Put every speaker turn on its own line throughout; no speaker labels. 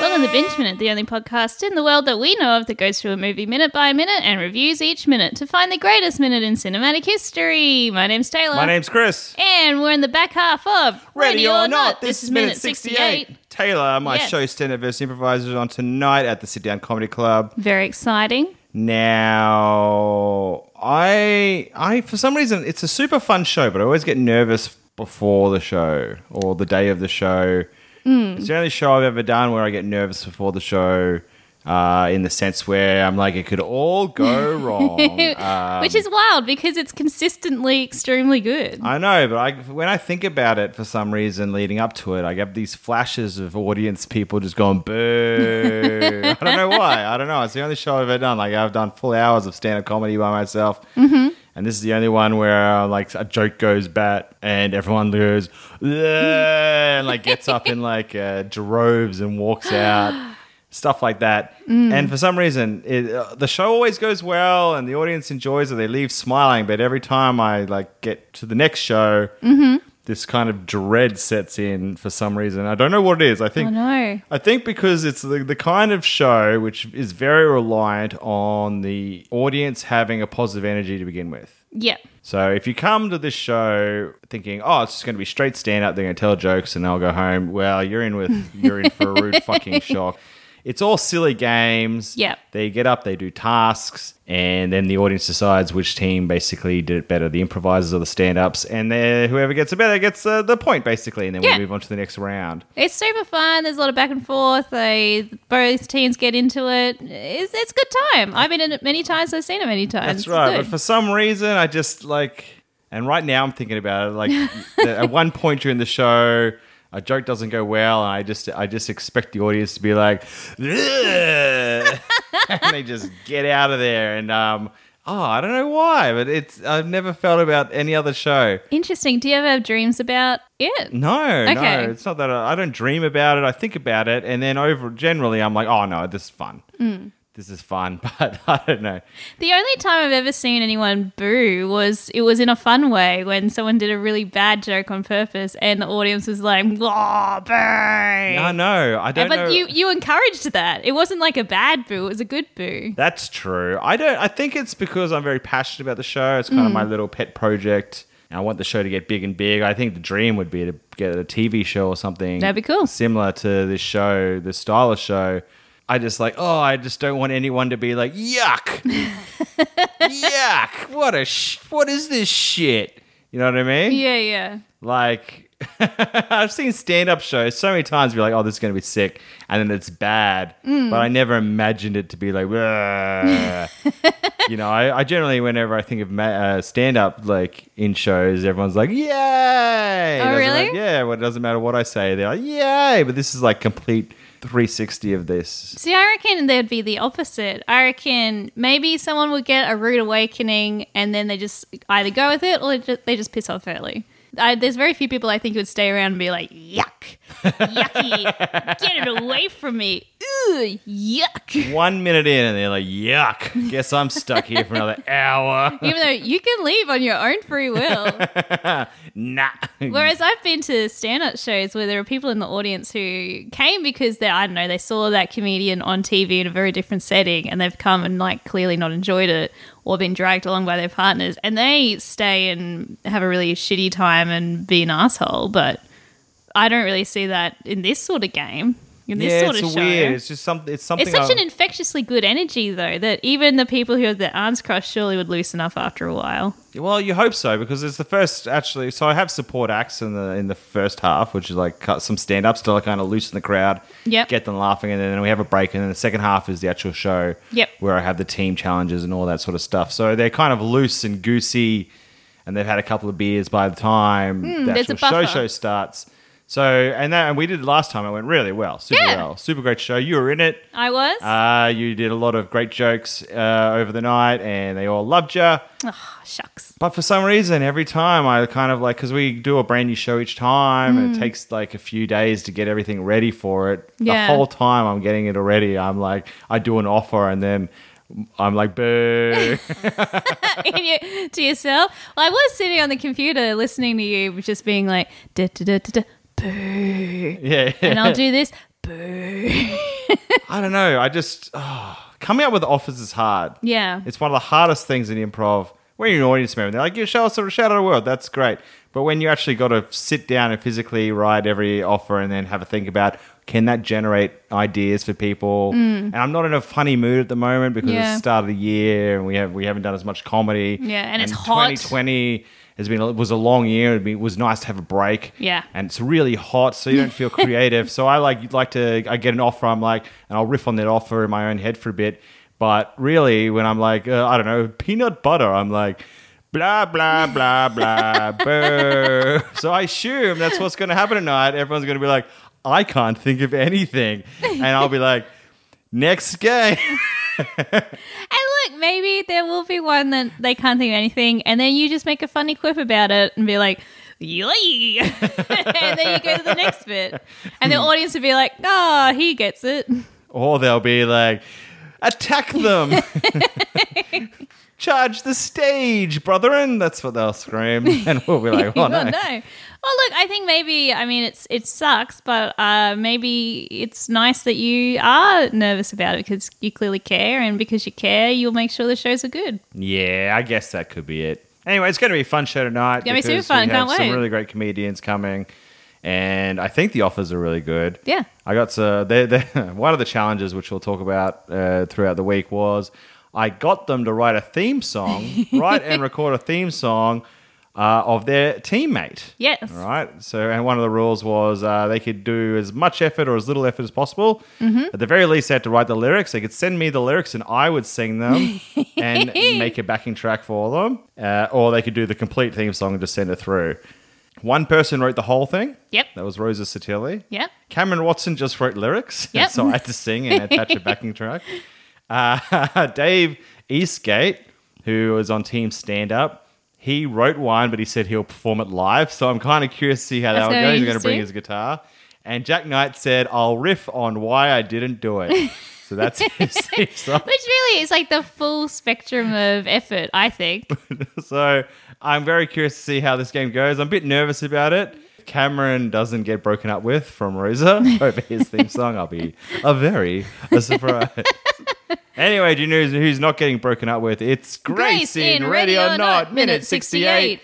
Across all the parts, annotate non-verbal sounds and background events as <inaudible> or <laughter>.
Welcome to Binge Minute, the only podcast in the world that we know of that goes through a movie minute by minute and reviews each minute to find the greatest minute in cinematic history. My name's Taylor.
My name's Chris.
and we're in the back half of
Ready or not, this is minute 68. Taylor, my
Yes.
show stand-up versus improvisers on tonight at the Sit Down Comedy Club.
Very exciting.
Now, I, I for some reason it's a super fun show, but I always get nervous before the show or the day of the show. It's the only show I've ever done where I get nervous before the show. Uh, in the sense where I'm like, it could all <laughs> go wrong.
<laughs>
Um,
Which is wild because it's consistently extremely good.
<laughs> I know, but I, when I think about it, for some reason leading up to it, I get these flashes of audience people just going boo. <laughs> I don't know why. I don't know. It's the only show I've ever done. Like I've done full hours of stand-up comedy by myself, and this is the only one where uh, like a joke goes bat and everyone goes "Ugh," and like gets up in like uh, droves and walks out. <gasps> Stuff like that, and for some reason, it, uh, the show always goes well, and the audience enjoys it. They leave smiling, but every time I like get to the next show, this kind of dread sets in for some reason. I don't know what it is. I
I
think
know.
I think because it's the, the kind of show which is very reliant on the audience having a positive energy to begin with.
Yeah.
So if you come to this show thinking, "Oh, it's just going to be straight stand up, they're going to tell jokes and I'll go home." Well, you're in with you're in for
<laughs>
a rude fucking shock. It's all silly games.
Yep.
They get up, they do tasks, and then the audience decides which team basically did it better, the improvisers or the stand-ups, and they're- whoever gets it better gets uh, the point basically, and then
Yeah.
we move on to the next round.
It's super fun. There's a lot of back and forth. They both teams get into it. It's, it's a good time. I've been in it many times. I've seen it many times.
That's
It's
right.
good.
But for some reason, I just like, and right now I'm thinking about it.
<laughs>
Like at one point during the show, a joke doesn't go well, and I just, I just expect the audience to be like, "Ugh," <laughs> and they just get out of there. And um, oh, I don't know why, but it's I've never felt about any other show.
Interesting. Do you ever have dreams about it?
No,
Okay.
no, it's not that I, I don't dream about it. I think about it, and then over generally, I'm like, oh no, this is fun.
Mm.
This is fun, <laughs> but I don't know.
The only time I've ever seen anyone boo was it was in a fun way when someone did a really bad joke on purpose and the audience was like, "Oh, boo!"
I know. I don't.
but
know.
you you encouraged that. It wasn't like a bad boo. It was a good boo.
That's true. I don't. I think it's because I'm very passionate about the show. It's kind of
Mm.
my little pet project. And I want the show to get big and big. I think the dream would be to get a TV show or something.
That'd be cool.
Similar to this show, this style of show. I just like. Oh, I just don't want anyone to be
<laughs>
like, yuck, yuck. What a sh- what is this shit? You know what I mean?
Yeah, yeah.
Like, <laughs> I've seen stand up shows so many times be like, oh, this is going to be sick. And then it's bad.
Mm.
But I never imagined it to be like,
<laughs>
"Wah." you know, I, I generally, whenever I think of ma- uh, stand up, like in shows, everyone's like, yay. Oh,
really?
yeah. Well, it doesn't matter what I say. They're like, yay. But this is like complete 360 of this.
See, I reckon there'd be the opposite. I reckon maybe someone would get a rude awakening and then they just either go with it or they just, they just piss off early. I, there's very few people I think would stay around and be like, yuck, yucky, get it away from me. Ooh, yuck.
One minute in, and they're like, yuck. Guess I'm stuck here
<laughs>
for another hour.
Even though you can leave on your own free will.
nah.
Whereas I've been to stand up shows where there are people in the audience who came because they, I don't know, they saw that comedian on TV in a very different setting and they've come and like clearly not enjoyed it or been dragged along by their partners and they stay and have a really shitty time and be an asshole. But I don't really see that in this sort of game, in this
yeah,
sort
it's
of show.
weird. It's just something. It's something.
It's such
I-
an infectiously good energy, though, that even the people who have their arms crossed surely would loosen up after a while.
Well, you hope so because it's the first actually. So I have support acts in the in the first half, which is like cut some stand ups to like kind of loosen the crowd,
Yep.
get them laughing, and then we have a break, and then the second half is the actual show,
Yep.
where I have the team challenges and all that sort of stuff. So they're kind of loose and goosey, and they've had a couple of beers by the time the
Hmm, there's a
actual show
buffer.
show starts. So and that and we did it last time. It went really well, super
Yeah.
well, super great show. You were in it.
I was.
Uh, you did a lot of great jokes uh, over the night, and they all loved you.
oh, shucks.
But for some reason, every time I kind of like, because we do a brand new show each time, and it takes like a few days to get everything ready for it.
Yeah.
The whole time I'm getting it already, I'm like, I do an offer and then I'm like, boo. <laughs>
in your, to yourself. Well, I was sitting on the computer listening to you, just being like, da, da, da, da, da, boo.
yeah.
And I'll do this, boo. <laughs>
I don't know. I just ah, coming up with offers is hard.
Yeah.
It's one of the hardest things in improv. When you're an audience member, they're like, "You show us a shout out of the world." That's great. But when you actually got to sit down and physically write every offer and then have a think about can that generate ideas for people? And I'm not in a funny mood at the moment because it's
Mm. Yeah.
the start of the year and we have we haven't done as much comedy.
Yeah, and it's hot.
2020 has been a- was a long year. It'd be- It was nice to have a break.
Yeah.
and it's really hot, so you don't feel creative. so I like like to I get an offer. I'm like, and I'll riff on that offer in my own head for a bit. But really, when I'm like, uh, I don't know, peanut butter, I'm like. Blah blah blah blah boo. So I assume that's what's going to happen tonight. Everyone's going to be like, I can't think of anything, and I'll be like, next game.
And look, maybe there will be one that they can't think of anything, and then you just make a funny quip about it and be like, "Yay!" <laughs> and then you go to the next bit, and the audience would be like, "Ah, he gets it."
Or they'll be like,
<laughs>
attack them. Charge the stage, brethren. That's what
<laughs>
they'll scream. And we'll be like, <laughs> oh, no.
Oh, no. Well, look, I think maybe I mean it's it sucks, but uh, maybe it's nice that you are nervous about it because you clearly care, and because you care, you'll make sure the shows are good.
Yeah, I guess that could be it. Anyway, it's going to be a fun show tonight.
gonna be super
because
fun,
We have
can't
some
wait.
really great comedians coming. And I think the offers are really good.
Yeah.
I got to. They, they, <laughs> one of the challenges, which we'll talk about uh, throughout the week, was I got them to write a theme
<laughs>
song, write and record a theme song uh, of their teammate.
Yes.
All right. So, and one of the rules was uh, they could do as much effort or as little effort as possible.
Mm-hmm.
At the very least, they had to write the lyrics. They could send me the lyrics, and I would
<laughs>
sing them and make a backing track for them. Uh, or they could do the complete theme song and just send it through. One person wrote the whole thing.
Yep.
That was Rosa Satilli. <laughs>
Yep.
Cameron Watson just wrote lyrics, <laughs> and
Yep.
so I had to sing and attach
<laughs>
a backing track. Uh, <laughs> Dave Eastgate, who was on Team Stand Up, he wrote one, but he said he'll perform it live. So I'm kind of curious to see how
That's
that
gonna
will go.
be
He's going to bring
interesting.
his guitar. And Jack Knight said, "I'll riff on why I didn't
<laughs>
do it." So that's his theme song.
Which really is like the full spectrum of effort, I think.
<laughs> So I'm very curious to see how this game goes. I'm a bit nervous about it. Cameron doesn't get broken up with from Rosa <laughs> over his theme song. I'll be a very a surprise. <laughs> anyway, do you know who's not getting broken up with? It's Grace, in, Ready or Not, minute 68.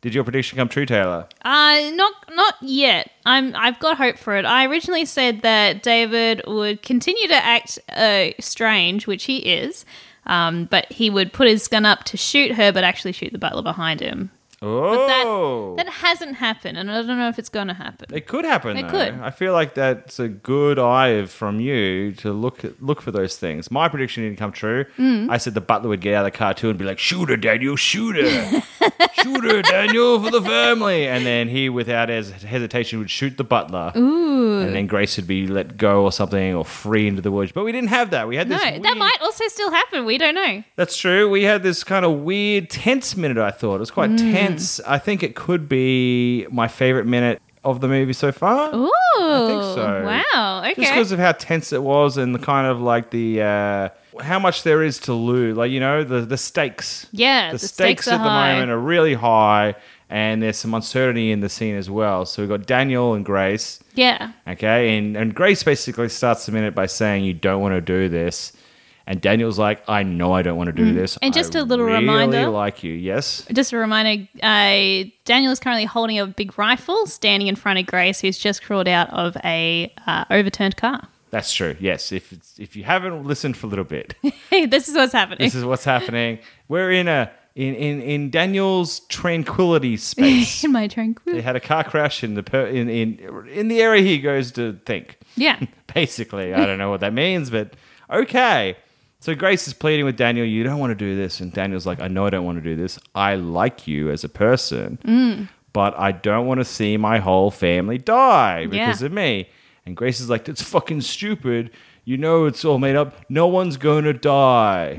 Did your prediction come true, Taylor?
Uh, not not yet. I'm I've got hope for it. I originally said that David would continue to act uh, strange, which he is, um, but he would put his gun up to shoot her, but actually shoot the butler behind him.
Oh,
That hasn't happened, and I don't know if it's going to happen.
it could happen.
It
though.
could.
I feel like that's a good eye from you to look look for those things. My prediction didn't come true.
Mm.
I said the butler would get out of the car too and be like, "Shoot her, Daniel!
<laughs>
Shoot her! shoot her, Daniel, for the family!" And then he, without hes- hesitation, would shoot the butler. Ooh. And then Grace would be let go or something or free into the woods. But we didn't have that. We had
No,
this.
that
weird-
might also still happen. We don't know.
that's true. We had this kind of weird tense minute. I thought it was quite
Mm.
tense. I think it could be my favorite minute of the movie so far.
Ooh,
so.
wow, okay.
Just because of how tense it was and the kind of like the uh, how much there is to lose, like you know the the stakes.
Yeah, the
the, stakes,
stakes
at
are
the
high.
moment are really high, and there's some uncertainty in the scene as well. So we've got Daniel and Grace.
yeah,
Okay, and and Grace basically starts the minute by saying, "You don't want to do this," and Daniel's like, "I know I don't want to do this."
Mm. And just
a
a little
really
reminder-
like you, yes.
Just a reminder, uh, Daniel is currently holding a big rifle, standing in front of Grace, who's just crawled out of a uh, overturned car. <laughs>
That's true. Yes, if it's, if you haven't listened for a little bit,
Hey, this is what's happening.
this is what's happening. We're in a in in, in Daniel's tranquility space.
<laughs> in my
they
tranquil.
had a car crash in the per- in in in the area he goes to think.
Yeah,
basically. I don't know what that means, but okay. So Grace is pleading with Daniel, you don't want to do this. And Daniel's like, I know I don't want to do this. I like you as a person,
Mm.
but I don't want to see my whole family die because
Yeah.
of me. And Grace is like, that's fucking stupid. You know it's all made up. No one's going to die.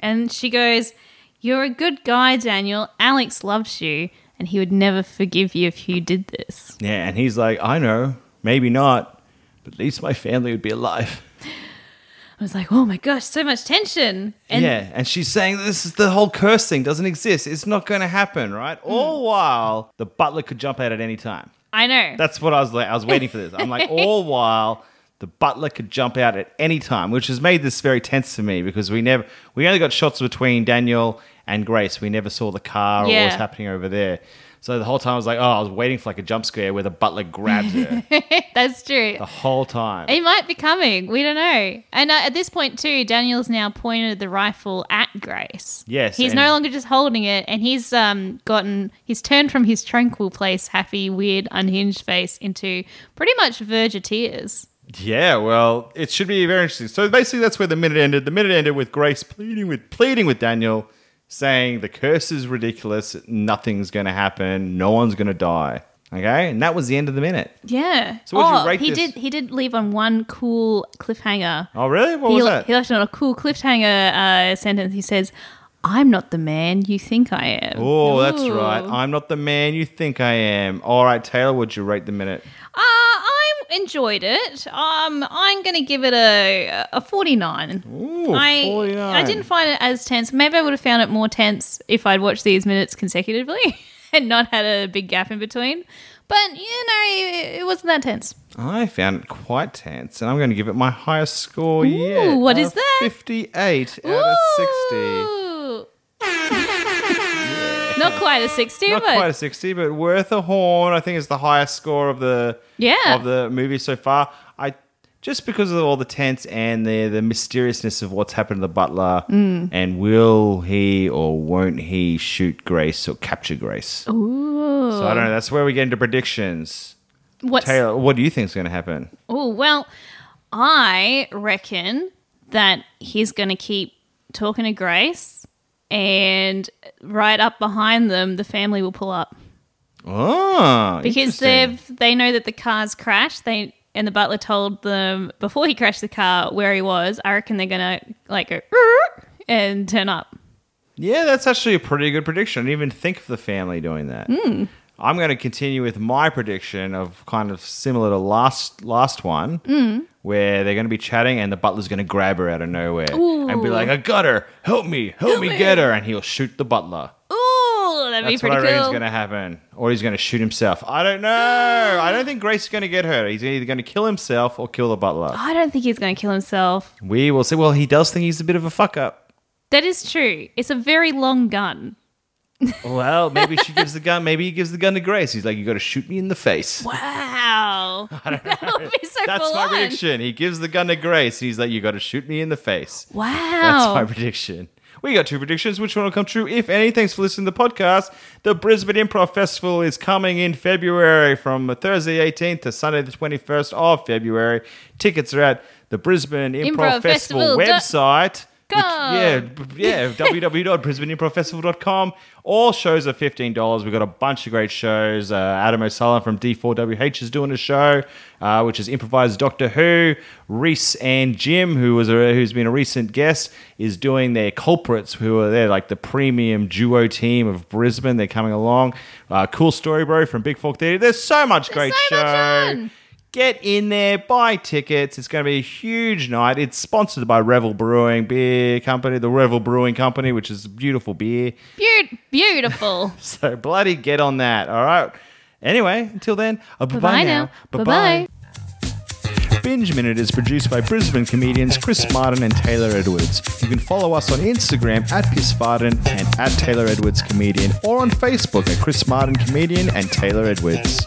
and she goes, "You're a good guy, Daniel. Alex loves you, and he would never forgive you if you did this."
Yeah, and he's like, I know, maybe not, but at least my family would be alive.
I was like, "Oh my gosh, so much tension!" <laughs> And
yeah, and she's saying this is the whole curse thing doesn't exist. It's not going to happen, right?
Hmm.
All while the butler could jump out at any time.
I know. <laughs>
That's what I was like. I was waiting for this. I'm like, all while The butler could jump out at any time, which has made this very tense for me because we never we only got shots between Daniel and Grace. We never saw the car or what was
Yeah.
happening over there. So the whole time I was like, oh, I was waiting for like a jump scare where the butler grabs
<laughs>
her
That's true.
the whole time.
He might be coming. We don't know. And uh, at this point, too, Daniel's now pointed the rifle at Grace.
Yes,
He's
and-
no longer just holding it, and he's um gotten he's turned from his tranquil place, happy, weird, unhinged face into pretty much verge of tears.
Yeah, well, it should be very interesting. So basically, that's where the minute ended. The minute ended with Grace pleading with pleading with Daniel, saying the curse is ridiculous. Nothing's going to happen. No one's going to die. Okay, and that was the end of the minute.
Yeah.
So what did you
oh,
rate
he
this?
did he did leave on one cool cliffhanger.
Oh, really? What
he,
was
le-
that?
he left on a cool cliffhanger uh, sentence. He says, "I'm not the man you think I am."
Oh, that's
Ooh. Uh,
right. I'm not the man you think I am. All right, Taylor, would you rate the minute?
Uh, I enjoyed it. Um, I'm going to give it a a 49.
Ooh,
I
49.
I didn't find it as tense. Maybe I would have found it more tense if I'd watched these minutes consecutively <laughs> and not had a big gap in between. But you know, it, it wasn't that tense.
I found it quite tense, and I'm going to give it my highest score
Ooh,
yet.
what
a
is that?
58 out of 60. <laughs>
Ooh. Not quite a 60,
not
but
quite a 60 but worth a horn i think is the highest score of the
Yeah.
of the movie so far i just because of all the tense and the the mysteriousness of what's happened to the butler
Mm.
and will he or won't he shoot grace or capture grace
Ooh.
so i don't know that's where we get into predictions
What's,
taylor what do you think is going to happen
Oh, well, I reckon that he's going to keep talking to Grace, and right up behind them, the family will pull up
oh
because
interesting.
they've they know that the car's crashed. They and the butler told them before he crashed the car where he was. I reckon they're going to like go "Rrrr," and turn up.
Yeah, that's actually a pretty good prediction. I didn't even think of the family doing that.
Hmm.
I'm going to continue with my prediction of kind of similar to last last one,
Hmm.
where they're going to be chatting and the butler's going to grab her out of nowhere and be
Ooh.
like, "I got her! Help me! Help, me get her!" And he'll shoot the butler.
Ooh, that'd
That's
be
what I
pretty
reckon's
cool.
going to happen, or he's going to shoot himself. I don't know.
<gasps>
I don't think Grace is going to get hurt. He's either going to kill himself or kill the butler.
I don't think he's going to kill himself.
We will see. Well, he does think he's a bit of a fuck up.
That is true. It's a very long
<laughs>
gun.
Well, maybe she gives the gun. Maybe he gives the gun to Grace. He's like, "You got to shoot me in the face."
Wow. That would be so
That's
full
my
on.
prediction. He gives the gun to Grace. He's like, "You got to shoot me in the face."
Wow.
That's my prediction. We got two predictions. Which one will come true? If any, thanks for listening to the podcast. The Brisbane Improv Festival is coming in February from Thursday 18th to Sunday the 21st of February. Tickets are at the Brisbane Improv,
Improv Festival
Festival,
dot-
website. which-
com.
yeah, b- yeah, www.brisbaneimprovfestival.com. All shows are $15. We've got a bunch of great shows. Uh, Adam O'Sullivan from D4WH is doing a show, uh, which is improvised Doctor Who. Reese and Jim, who was a, who's been a recent guest, is doing their culprits, who are they're like the premium duo team of Brisbane. They're coming along. Uh, cool story, bro, from Big Fork Theatre. There's so much great
so
show.
much on.
Get in there, buy tickets. It's going to be a huge night. It's sponsored by Revel Brewing Beer Company, the Revel Brewing Company, which is beautiful beer. <laughs>
Beau- beautiful.
So bloody get on that. All right. Anyway, until then, uh, bye
Bye
bye
now. Bye
now.
bye.
Binge Minute is produced by Brisbane comedians Chris Martin and Taylor Edwards. You can follow us on Instagram at Piss Martin and at Taylor Edwards Comedian or on Facebook at Chris Martin Comedian and Taylor Edwards.